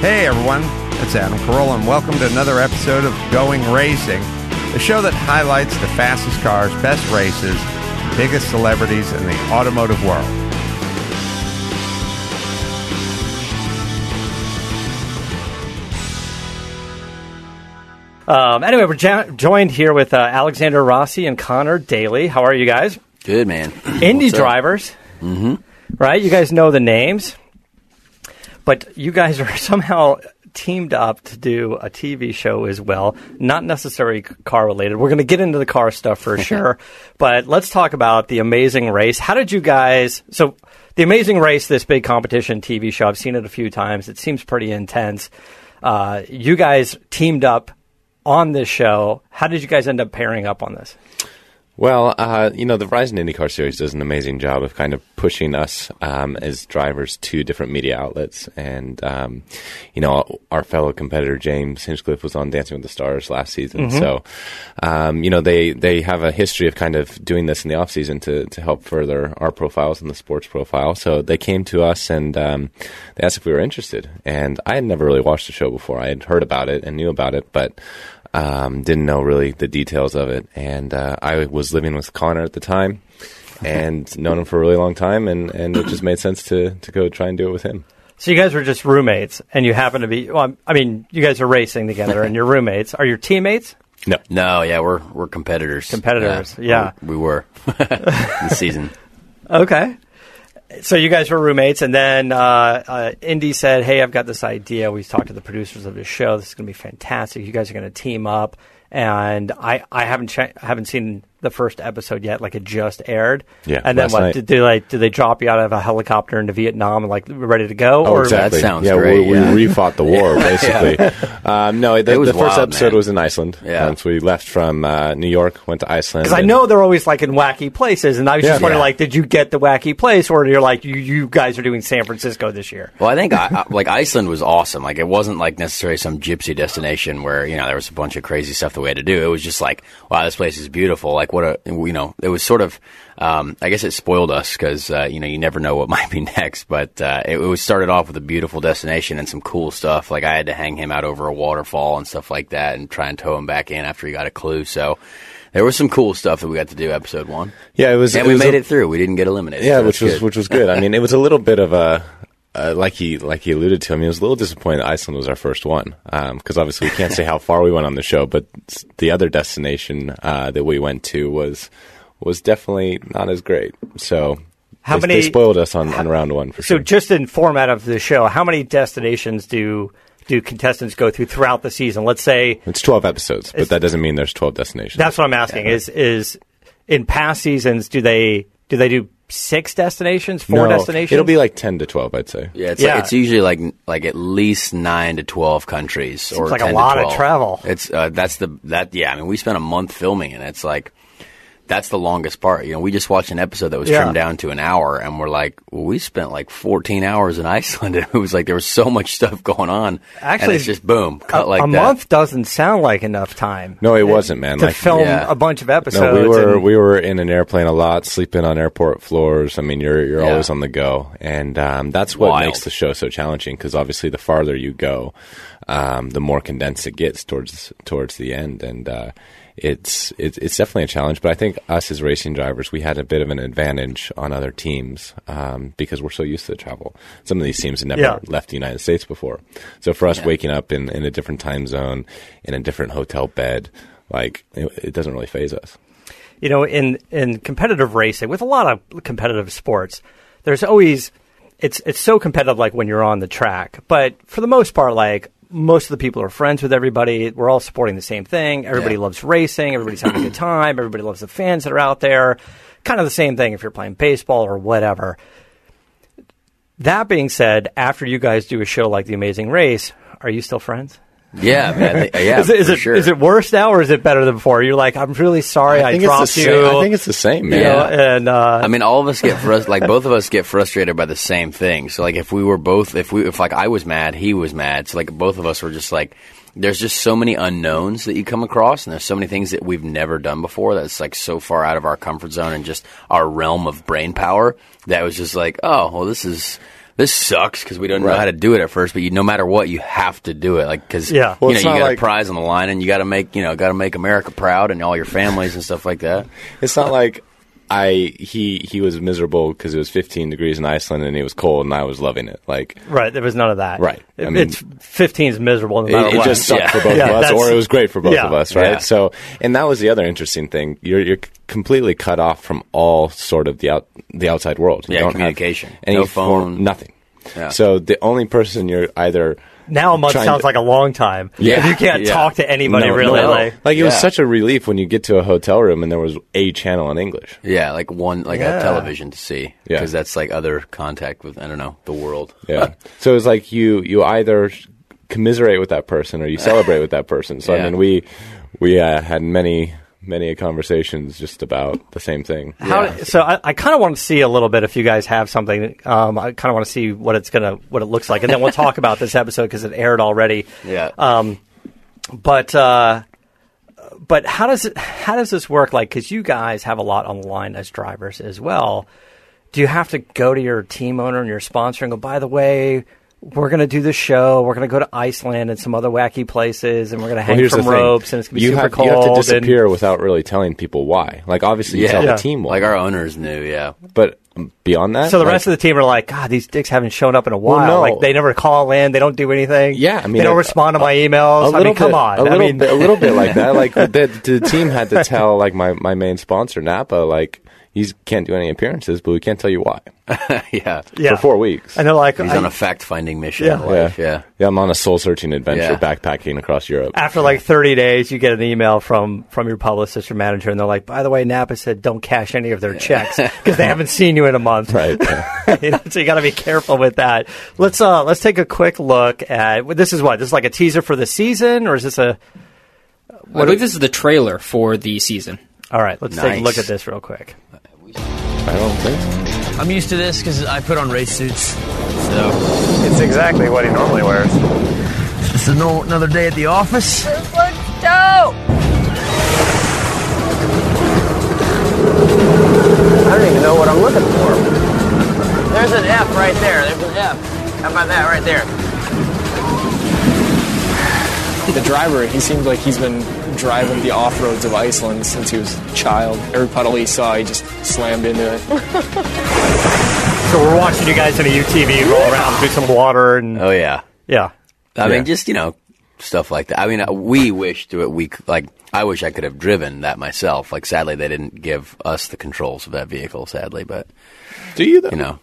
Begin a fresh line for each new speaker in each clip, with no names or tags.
Hey everyone, it's Adam Carolla, and welcome to another episode of Going Racing, the show that highlights the fastest cars, best races, biggest celebrities in the automotive world.
Um, anyway, we're jo- joined here with uh, Alexander Rossi and Connor Daly. How are you guys?
Good man.
Indie
What's up?
drivers, mm-hmm. right? You guys know the names, but you guys are somehow teamed up to do a TV show as well. Not necessarily car related. We're going to get into the car stuff for sure, but let's talk about the Amazing Race. How did you guys? So, the Amazing Race, this big competition TV show. I've seen it a few times. It seems pretty intense. Uh, you guys teamed up on this show. How did you guys end up pairing up on this?
Well, uh, you know, the Verizon IndyCar Series does an amazing job of kind of pushing us um, as drivers to different media outlets. And, um, you know, our fellow competitor, James Hinchcliffe, was on Dancing with the Stars last season. So, um, you know, they, they have a history of kind of doing this in the off season to, to help further our profiles and the sports profile. So they came to us and um, they asked if we were interested. And I had never really watched the show before. I had heard about it and knew about it, but um, didn't know really the details of it. And uh, I was living with Connor at the time and known him for a really long time. And, and it just made sense to, to go try and do it with him.
So you guys were just roommates, and you happen to be. Well, I'm- I mean, you guys are racing together, and your roommates are your teammates.
No.
No, yeah, we're we're competitors.
Competitors, yeah.
we, we were this season.
Okay. So you guys were roommates, and then uh, uh, Indy said, "Hey, I've got this idea. We talked to the producers of the show. This is going to be fantastic. You guys are going to team up." And I, I haven't che- haven't seen the first episode yet. Like it just aired.
Yeah,
And then
last
what
night.
did they like? Did they drop you out of a helicopter into Vietnam and like ready to go?
Oh,
or
exactly.
That sounds
yeah,
great,
We,
yeah.
we refought the war basically. um, no, the,
It was
the first
wild,
episode
man.
was in Iceland.
Yeah.
Once we left from uh, New York, went to Iceland.
Because I
and-
know they're always like in wacky places, and I was
Yeah.
just wondering,
Yeah.
like, did you get the wacky place, or you're like, you, you guys are doing San Francisco this year?
Well, I think I, I, like Iceland was awesome. Like it wasn't like necessarily some gypsy destination where you know there was a bunch of crazy stuff that we had to do. It was just like wow, this place is beautiful. Like what a you know it was sort of. Um, I guess it spoiled us because uh, you know you never know what might be next. But uh, it, it was started off with a beautiful destination and some cool stuff. Like I had to hang him out over a waterfall and stuff like that, and try and tow him back in after he got a clue. So. There was some cool stuff that we got to do episode one.
Yeah, it was.
and
it
we
was
made
a-
it through. We didn't get eliminated.
Yeah,
so
which
that's
was
good.
which was good. I mean, it was a little bit of a uh, like he like he alluded to. I mean, it was a little disappointed. Iceland was our first one because obviously we can't say how far we went on the show, but s- the other destination uh, that we went to was was definitely not as great. So
How
they,
many-
they spoiled us on, on round one for
So,
sure.
just in format of the show, how many destinations do do contestants go through throughout the season? Let's say
It's twelve episodes, but that doesn't mean there's twelve destinations.
that's what I'm asking. Is is in past seasons do they do they do six destinations, four
No,
destinations?
It'll be like ten to twelve, I'd say.
Yeah, it's,
Yeah.
Like, it's usually like like at least nine to twelve countries, or
like a
10 to
lot of
12.
travel.
It's uh, that's the that yeah. I mean, we spent a month filming, and it's like that's the longest part. You know, we just watched an episode that was
Yeah.
trimmed down to an hour, and we're like, well, we spent like fourteen hours in Iceland, and it was like there was so much stuff going on. and
Actually,
it's just boom,
a,
cut like
a
that.
month doesn't sound like enough time.
No, it wasn't, man.
to
Like-
film
Yeah.
a bunch of episodes.
No, we were
and-
we were in an airplane a lot, sleeping on airport floors. I mean, you're you're
Yeah.
always on the go, and um, that's what
Wild.
makes the show so challenging. Because obviously, the farther you go, um, the more condensed it gets towards towards the end, and uh, it's it's it's definitely a challenge. But I think us as racing drivers, we had a bit of an advantage on other teams um, because we're so used to the travel. Some of these teams have never
Yeah.
left the United States before, so for us waking up in, in a different time zone, in a different hotel bed. Like it, it doesn't really phase us.
you know in in competitive racing with a lot of competitive sports there's always it's it's so competitive like when you're on the track but for the most part like most of the people are friends with everybody we're all supporting the same thing everybody
Yeah.
loves racing everybody's having a good time everybody loves the fans that are out there kind of the same thing if you're playing baseball or whatever that being said after you guys do a show like the amazing race are you still friends
yeah, man, I think- yeah,
is it, is,
for
it,
sure.
is it worse now or is it better than before? You're like, I'm really sorry I,
think
dropped
it's the
you.
Same, I think it's the same, man.
You know,
Yeah.
and uh,
I mean, all of us get frust- like both of us get frustrated by the same thing. So like, if we were both, if we, if like I was mad, he was mad. So like, both of us were just like, there's just so many unknowns that you come across, and there's so many things that we've never done before. That's like so far out of our comfort zone and just our realm of brain power that was just like, oh well, this is. this sucks because we don't know
Right.
how to do it at first. But you, no matter what, you have to do it, like because
Yeah.
you
Well,
know
it's
you
not
got
like-
a prize on the line and you got to make you know got to make America proud and all your families and stuff like that.
It's not like I he he was miserable because it was 15 degrees in Iceland and it was cold and I was loving it. Like
Right. There was none of that.
Right.
It,
I mean-
it's 15 is miserable no
it,
matter
it
what.
just sucked
Yeah.
for both
Yeah,
of us,
that's-
or it was great for both
Yeah.
of us, right?
Yeah.
So, and that was the other interesting thing. You're you're completely cut off from all sort of the out the outside world. You
Yeah,
don't have
communication.
any
No
form-
phone.
nothing.
Yeah.
So the only person you're either
now a month
trying
sounds
to-
like a long time.
Yeah.
If you can't
Yeah.
talk to anybody
no,
really,
no.
like,
like it was
Yeah.
such a relief when you get to a hotel room and there was a channel in English.
Yeah, like one like
Yeah.
a television to see
Yeah.
because that's like other contact with I don't know the world.
Yeah. so it's like you you either commiserate with that person or you celebrate with that person. So I
Yeah.
mean, we we uh, had many many conversations just about the same thing.
How,
Yeah.
So I, I kind of want to see a little bit if you guys have something. Um, I kind of want to see what it's gonna, what it looks like, and then we'll talk about this episode because it aired already.
Yeah.
Um, but uh, but how does it how does this work? Like, because you guys have a lot on the line as drivers as well. Do you have to go to your team owner and your sponsor and go? By the way, we're going to do this show. We're going to go to Iceland and some other wacky places, and we're going to
Well,
hang
here's the
from
thing.
ropes, and it's going to be
you
super
have,
cold.
You have to
and-
disappear without really telling people why. Like obviously you tell
Yeah.
the team why,
like our owners knew. Yeah,
but beyond that,
So the rest of the team are like, God, these dicks haven't shown up in a while.
no.
Like they never call in, they don't do anything.
Yeah, I mean,
they don't
a-
respond to my emails. I mean, come
bit,
on.
a
I
little
mean,
bit, a little bit like that. Like the, the team had to tell like my, my main sponsor Napa like you can't do any appearances, but we can't tell you why
yeah.
yeah.
for four weeks.
and they're like,
He's
I-
on a fact finding mission.
Yeah.
Yeah. Life. yeah,
I'm on a soul searching
Yeah.
adventure backpacking across Europe.
after like 30 days, you get an email from from your publicist or manager, and they're like, by the way, Napa said don't cash any of their checks because they haven't seen you in a month.
Right.
You know, so you got to be careful with that. Let's uh let's take a quick look at well, this is what this is like a teaser for the season, or is this a?
I believe this is the trailer for the season.
All right, let's take a
Nice.
look at this real quick.
I don't think. So.
I'm used to this because I put on race suits. So
It's exactly what he normally wears.
it's another day at the office.
This looks dope.
I don't even know what I'm looking for. There's an F right there. There's an F. How about that right there?
The driver, he seems like he's been driving the off roads of Iceland since he was a child. Every puddle he saw, he just slammed into it.
So we're watching you guys in a UTV roll around through some water and
Oh yeah.
yeah.
I
Yeah.
mean, just you know, stuff like that. I mean, uh, we wish to it. We c- like. I wish I could have driven that myself. Like, sadly, they didn't give us the controls of that vehicle. Sadly, but
Do you though?
you know,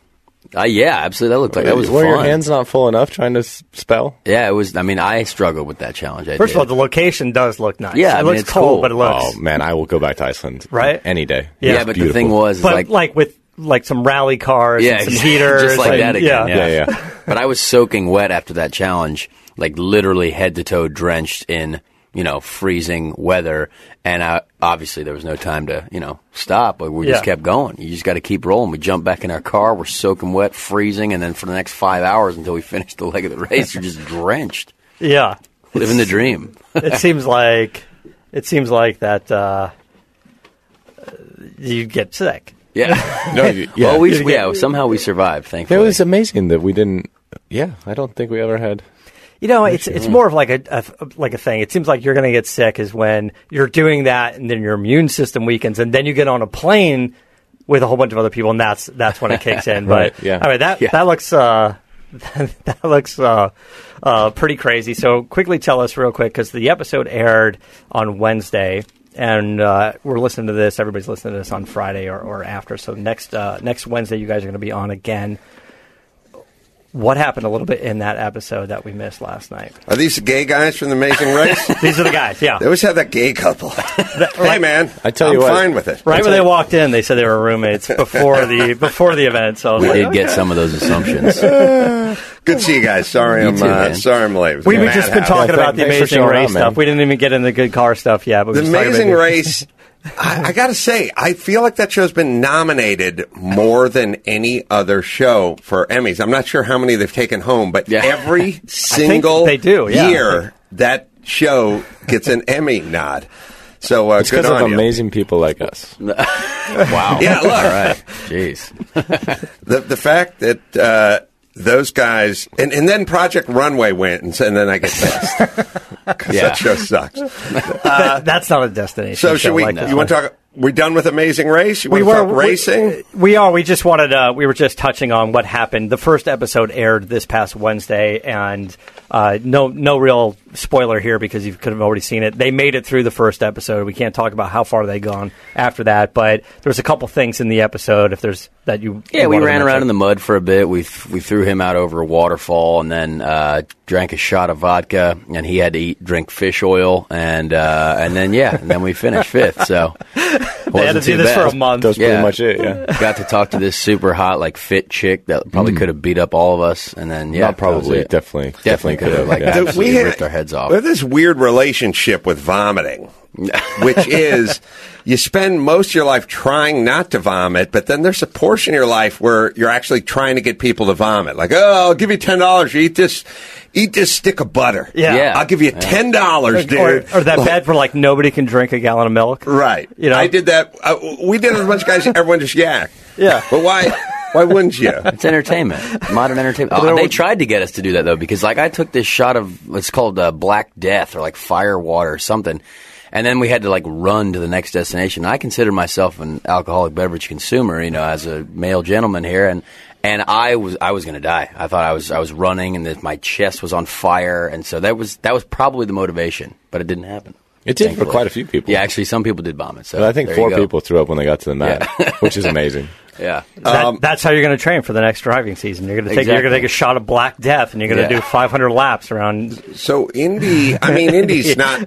uh, yeah, absolutely. That looked like that was
Were
fun.
your hands not full enough trying to s- spell?
Yeah, it was. I mean, I struggled with that challenge. I
First of all,
did.
the location does look nice.
Yeah,
it
I mean,
looks
it's
cold,
cool.
but it looks.
Oh man, I will go back to Iceland.
Right?
Any day.
yeah,
yeah,
It's
but the
beautiful.
thing was, is
but
like,
like, with like some rally cars
yeah,
and some
just
heaters,
like
and-
that again.
yeah,
Yeah,
yeah.
but I was soaking wet after that challenge, like literally head to toe drenched in you know freezing weather, and I, obviously there was no time to you know stop. But we just
Yeah.
kept going. You just got to keep rolling. We jump back in our car. We're soaking wet, freezing, and then for the next five hours until we finish the leg of the race, you're just drenched,
yeah.
living the dream.
It seems like it seems like that uh, you get sick.
Yeah.
No, you- yeah.
Well, we, yeah. Somehow we survived. Thankfully.
it was amazing that we didn't. Yeah, I don't think we ever had.
You know, it's it's more of like a, a like a thing. It seems like you're going to get sick is when you're doing that, and then your immune system weakens, and then you get on a plane with a whole bunch of other people, and that's that's when it kicks in.
Right,
But
yeah.
all right, that
Yeah.
that looks uh, that looks uh, uh, pretty crazy. So quickly tell us real quick because the episode aired on Wednesday, and uh, we're listening to this. Everybody's listening to this on Friday or, or after. So next uh, next Wednesday, you guys are going to be on again. What happened a little bit in that episode that we missed last night?
Are these the gay guys from The Amazing Race?
These are the guys, yeah.
they always have that gay couple. hey,
right.
man.
I tell
I'm
you what.
fine with it.
Right when they walked in, they said they were roommates before the before the event. So I was
We
like,
did get some of those assumptions.
Good to see you guys. Sorry, I'm
too,
uh,
man.
sorry I'm late. It was a
we've just been
madhouse.
talking
Yeah,
about the
thank- thanks
amazing
for showing
race
up, man.
stuff. We didn't even get in the good car stuff yet. But we
The
just talked about
Amazing
the-
Race. I, I got to say, I feel like that show's been nominated more than any other show for Emmys. I'm not sure how many they've taken home, but
Yeah.
every single
they do, yeah.
year that show gets an Emmy nod. So uh,
It's
good
because
on
of
you.
amazing people like us.
wow.
Yeah, look.
All right. Jeez.
The, the fact that uh, those guys, and, and then Project Runway went, and, s- and then I get pissed because
Yeah.
that show sucks.
That- that's not a destination.
So
show
should we?
Like this
you want to
one.
talk? We done with Amazing Race? You want to talk racing?
We, we are. We just wanted. Uh, we were just touching on what happened. The first episode aired this past Wednesday, and uh, no, no real spoiler here because you could have already seen it. They made it through the first episode. We can't talk about how far they gone after that, but there's a couple things in the episode. If there's that you,
Yeah,
you
we
wanted to
ran around
mention.
in the mud for a bit. We th- we threw him out over a waterfall, and then uh, drank a shot of vodka, and he had to eat drink fish oil, and uh, and then yeah, and then we finished fifth. So
They had to do this for a month.
That's
Yeah.
pretty much it. Yeah.
Got to talk to this super hot like fit chick that probably
Mm.
could have beat up all of us, and then yeah,
Not probably,
that was it.
definitely,
definitely could have like
yeah.
absolutely
we had-
ripped our heads off.
We have this weird relationship with vomiting, which is you spend most of your life trying not to vomit, but then there's a portion of your life where you're actually trying to get people to vomit. Like, oh, I'll give you ten dollars. Eat this, eat this stick of butter.
Yeah.
Yeah.
I'll give you ten dollars, dude.
or, or that
Like,
bad where like nobody can drink a gallon of milk.
Right.
You know?
I did that. Uh, we did it with a bunch of guys. Everyone just yacked.
Yeah.
But why? Why wouldn't you?
It's entertainment, modern entertainment. Oh, they tried to get us to do that though, because like I took this shot of it's called uh, Black Death or like fire water or something, and then we had to like run to the next destination. I consider myself an alcoholic beverage consumer, you know, as a male gentleman here, and and I was I was gonna die. I thought I was I was running and that my chest was on fire, and so that was that was probably the motivation, but it didn't happen.
It did for
Thankfully.
quite a few people.
Yeah, actually, some people did vomit. So
But I think
there you
four
go.
people threw up when they got to the mat, which is amazing.
Yeah.
That-
Um,
that's how you're going to train for the next driving season. You're going to take you're going to
Exactly.
take a shot of Black Death, and you're going to
Yeah.
do 500 laps around.
So Indy, I mean Indy's not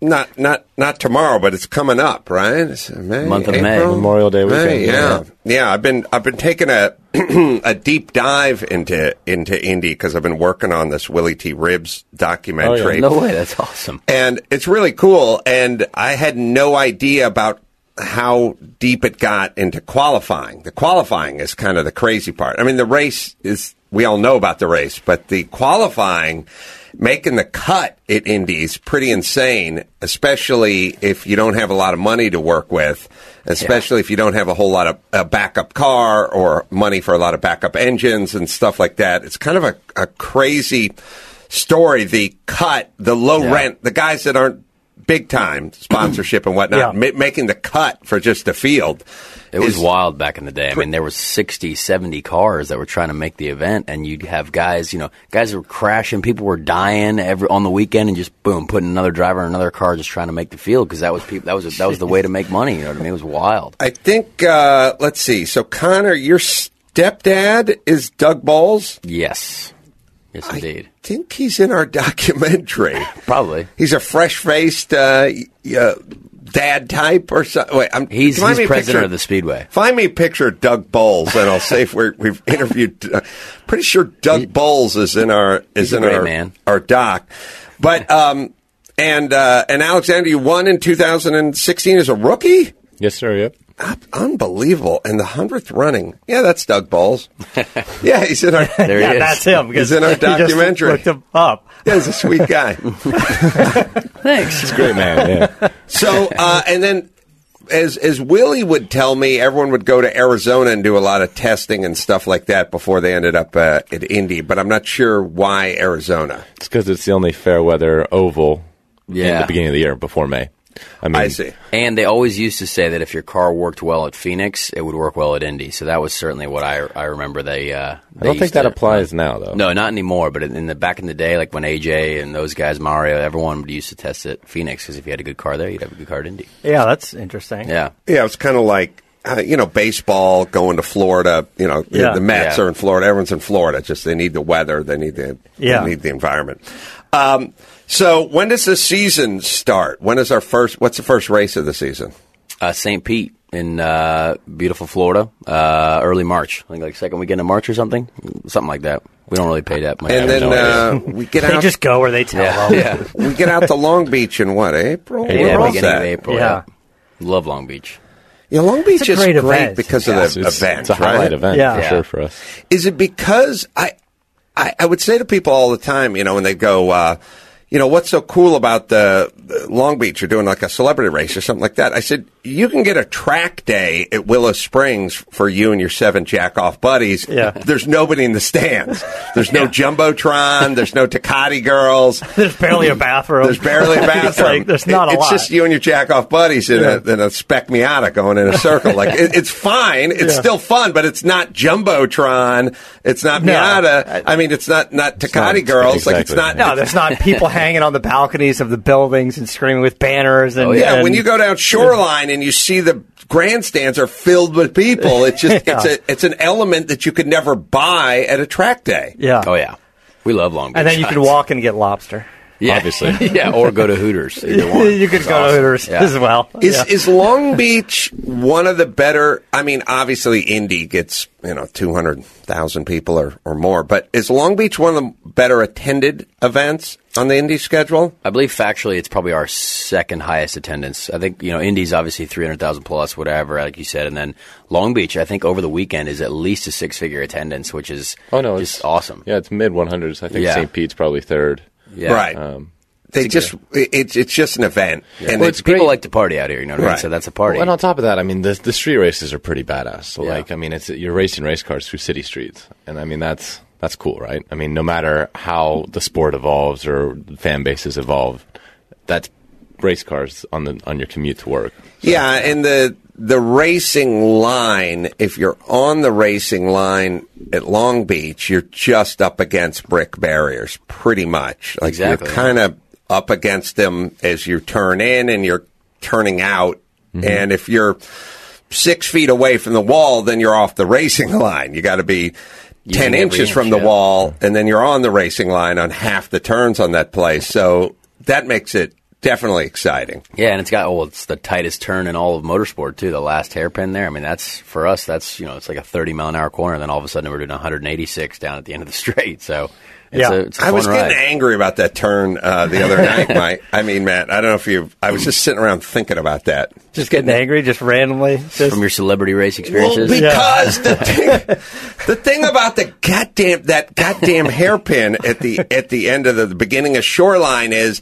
not not not tomorrow, but it's coming up, right? It's May,
Month of May.
April?
Memorial Day weekend,
yeah.
yeah.
yeah, I've been I've been taking a a deep dive into into Indy because I've been working on this Willie T. Ribs
Oh,
documentary.
Oh, No way. That's awesome.
And it's really cool. And I had no idea about how deep it got into qualifying. The qualifying is kind of the crazy part. I mean, the race is, we all know about the race, but the qualifying, making the cut at Indy is pretty insane, especially if you don't have a lot of money to work with, especially if you don't have a whole lot of a backup car or money for a lot of backup engines and stuff like that. It's kind of a, a crazy story, the cut, the low
Yeah.
rent, the guys that aren't big time sponsorship and whatnot,
Yeah.
ma- making the cut for just the field.
It was
is-
wild back in the day. I mean, there was 60, 70 cars that were trying to make the event, and you'd have guys, you know, guys that were crashing, people were dying every on the weekend, and just boom, putting another driver in another car, just trying to make the field because that was people, that was that was the way to make money. You know what I mean? It was wild.
I think, uh, let's see. So, Connor, your stepdad is Doug Bowles.
Yes, yes, indeed,
I think he's in our documentary.
probably.
he's a fresh faced uh, y- uh, dad type or something. Wait, I'm,
He's,
find me
he's
a
president
picture-
of the speedway.
Find me a picture of Doug Bowles, and I'll say if we're, we've interviewed. Uh, pretty sure Doug Bowles is in our is
a
in
great
our
man.
our doc, but um and uh, and Alexander, you won in 2016 as a rookie.
Yes, sir. Yep.
Unbelievable! And the hundredth running, yeah, that's Doug Bowles. yeah, he's in our.
There
yeah,
he is.
that's him. because
He's in our
he just
documentary.
looked him up.
Yeah, he's a sweet guy.
He's a great man. Yeah.
So, uh, and then as as Willie would tell me, everyone would go to Arizona and do a lot of testing and stuff like that before they ended up uh, at Indy. But I'm not sure why Arizona.
It's because it's the only fair weather oval in
Yeah.
the beginning of the year before May. I mean,
I
Mm.
see.
And they always used to say that if your car worked well at Phoenix, it would work well at Indy. So that was certainly what I I remember. They, uh,
I don't think that
applies.
applies now, though.
No, not anymore. But in in the back in the day, like when AJ and those guys, Mario, everyone would used to test at Phoenix because if you had a good car there, you'd have a good car at Indy.
Yeah, that's interesting.
Yeah,
Yeah, it's kind of like. Uh, you know, baseball going to Florida. You know, the-
Yeah.
the Mets
Yeah.
are in Florida. Everyone's in Florida. Just they need the weather. They need the
Yeah.
they need the environment. Um, so when does the season start? When is our first? What's the first race of the season?
uh, St. Pete in uh, beautiful Florida, uh, early March. I think like second weekend of March or something, something like that. We don't really pay that much.
And then
no
uh, we get
They
out.
just go where they tell them.
yeah,
we get out to Long Beach in what April?
April.
Where
yeah,
was
beginning of
that?
April.
Yeah.
Yeah. love Long Beach.
Yeah, Long Beach
It's a
is great,
great event.
because
Yeah,
of
so
the
it's,
event,
it's a highlight
right?
event
Yeah.
for
Yeah.
sure for us.
Is it because I, I, I would say to people all the time, you know, when they go, uh, you know, what's so cool about the, the Long Beach? You're doing like a celebrity race or something like that. I said, you can get a track day at Willow Springs for you and your seven jack off buddies.
Yeah.
There's nobody in the stands. There's no Jumbotron. There's no Takati girls.
There's barely a bathroom.
There's barely a bathroom.
It's like, there's not a
It- it's
lot.
just you and your jack off buddies in a, in a spec Miata going in a circle. Like it, it's fine. It's
Yeah.
still fun, but it's not Jumbotron. It's not
No.
Miata. I mean, it's not not
not-
Takati girls. Like it's
exactly.
not.
no, there's not people hanging on the balconies of the buildings and screaming with banners. And,
Oh, Yeah,
and-
when you go down shoreline and you see the grandstands are filled with people, it's just it's a it's an element that you could never buy at a track day.
yeah,
Oh yeah, we love Long Beach.
and then you
sides.
can walk and get lobster.
yeah.
obviously.
yeah, or go to Hooters. Either one.
you could
It's
go to
awesome.
Hooters
Yeah.
as well.
Is
Yeah.
is Long Beach one of the better? I mean, obviously, Indy gets you know two hundred thousand people or, or more, but is Long Beach one of the better attended events on the Indy schedule?
I believe factually it's probably our second highest attendance. I think, you know, Indy's obviously 300,000 plus, whatever, like you said. And then Long Beach, I think over the weekend is at least a six figure attendance, which is
Oh no,
just
it's
awesome.
Yeah, it's mid 100s. I think
Yeah.
St. Pete's probably third.
Yeah.
Right. they just it's it's just an event, and
Well,
it's
it's people like to party out here, you know what I mean?
Right.
So that's a party.
Well, and on top of that, I mean, the the street races are pretty badass. So,
Yeah.
like, I mean, it's you're racing race cars through city streets, and I mean that's that's cool, right? I mean, no matter how the sport evolves or fan bases evolve, that's race cars on the on your commute to work.
Yeah, and the the racing line, if you're on the racing line at Long Beach, you're just up against brick barriers pretty much. Like
Exactly.
you're kind of up against them as you turn in and you're turning out.
Mm-hmm.
And if you're six feet away from the wall, then you're off the racing line. You got to be ten
Using every
inches
inch,
from the
yeah.
wall, and then you're on the racing line on half the turns on that place. So that makes it definitely exciting.
Yeah, and it's got oh, it's the tightest turn in all of motorsport too. The last hairpin there. I mean, that's for us. That's you know, it's like a thirty mile an hour corner. And then all of a sudden, we're doing 186 down at the end of the straight. So it's
Yeah.
a, it's a
I
fun
was
ride.
getting angry about that turn uh, the other night, Mike. I mean, Matt, I don't know if you. I was just sitting around thinking about that.
just getting angry, just randomly. Just,
from your celebrity race
Well,
experiences.
because the thing, the thing about the goddamn that goddamn hairpin at the at the end of the, the beginning of Shoreline is.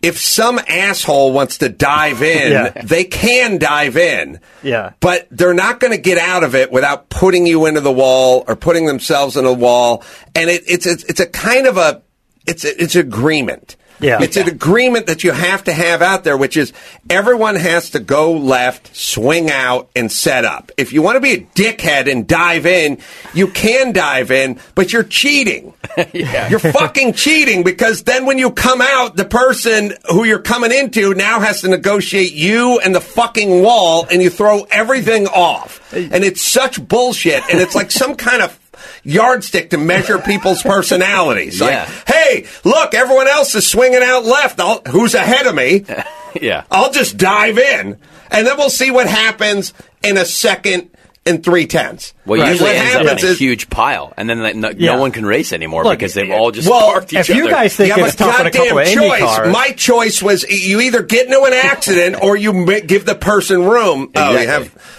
If some asshole wants to dive in,
Yeah.
they can dive in.
Yeah.
But they're not going to get out of it without putting you into the wall or putting themselves in a wall. And it, it's, it's it's a kind of a it's a, it's agreement.
Yeah.
It's an agreement that you have to have out there, which is everyone has to go left, swing out, and set up. If you want to be a dickhead and dive in, you can dive in, but you're cheating. You're fucking cheating because then when you come out, the person who you're coming into now has to negotiate you and the fucking wall, and you throw everything off. And it's such bullshit, and it's like some kind of yardstick to measure people's personalities. Like,
Yeah.
hey, look, everyone else is swinging out left. I'll, who's ahead of me?
yeah.
I'll just dive in, and then we'll see what happens in a second and three tenths.
Well,
Right.
usually
What
it ends up
happens
in a
is-
huge pile, and then like, no,
Yeah.
no one can race anymore
Look,
because they've all just
well,
parked
if
each
you
other.
guys think
yeah,
it's
but
tough on a couple of
goddamn
Indy
choice.
cars,
My choice was you either get into an accident or you ma- give the person room. Oh,
Exactly.
you have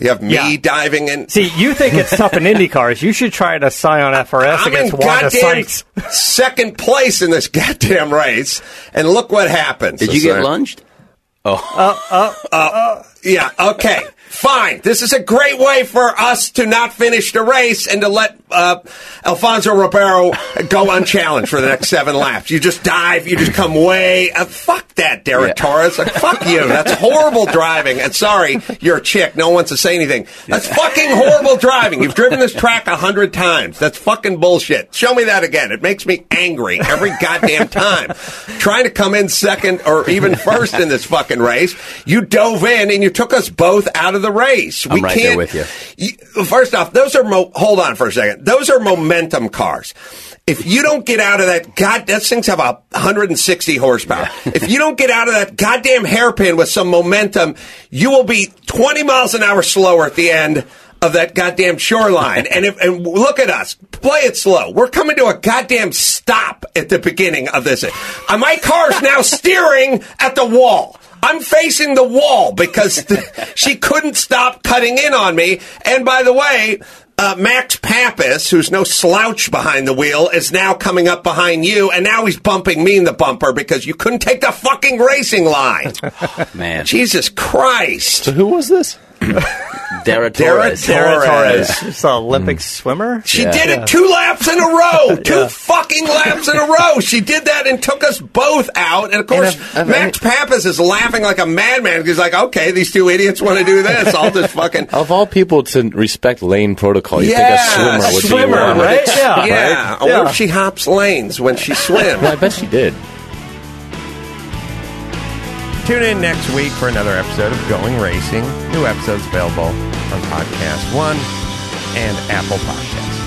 you have me
Yeah.
diving in.
See, you think it's tough in Indy cars. You should try to sign on FRS
I'm in
against Wanda
goddamn
Sykes.
second place in this goddamn race, and look what happens.
Did you get
Sorry.
lunged?
Yeah. Okay. Fine. This is a great way for us to not finish the race and to let uh, Alfonso Ribeiro go unchallenged for the next seven laps. You just dive. You just come way. Uh, fuck that, Derek
Yeah.
Torres. Like, fuck you. That's horrible driving. And sorry, you're a chick. No one wants to say anything. That's fucking horrible driving. You've driven this track a hundred times. That's fucking bullshit. Show me that again. It makes me angry every goddamn time. Trying to come in second or even first in this fucking race. You dove in and you took us both out of the race.
I'm right there with you.
You- First off, those are mo- hold on for a second. Those are momentum cars. If you don't get out of that, god, those things have a 160 horsepower. if you don't get out of that goddamn hairpin with some momentum, you will be 20 miles an hour slower at the end of that goddamn shoreline. and if and look at us, play it slow. We're coming to a goddamn stop at the beginning of this. Uh, My car's now steering at the wall. I'm facing the wall because th- she couldn't stop cutting in on me. And by the way, Uh, Max Pappas, who's no slouch behind the wheel, is now coming up behind you, and now he's bumping me in the bumper because you couldn't take the fucking racing line.
Man,
Jesus Christ.
So who was this?
Dara
Dara
Torres.
Sarah
Torres. Hmm.
Torres, she's an Olympic swimmer.
She did it two laps in a row. Two fucking laps in a row. She did that and took us both out. And of course,
I've- I've-
Max Pappas is laughing like a madman. He's like, okay, these two idiots want to do this. I'll just fucking.
Of all people to respect lane protocol, you think
Yeah,
a swimmer would
swimmer,
be one.
right? Yeah.
Yeah. I wonder if she hops lanes when she swims.
Well, I bet she did.
Tune in next week for another episode of Going Racing. New episodes available on Podcast One and Apple Podcasts.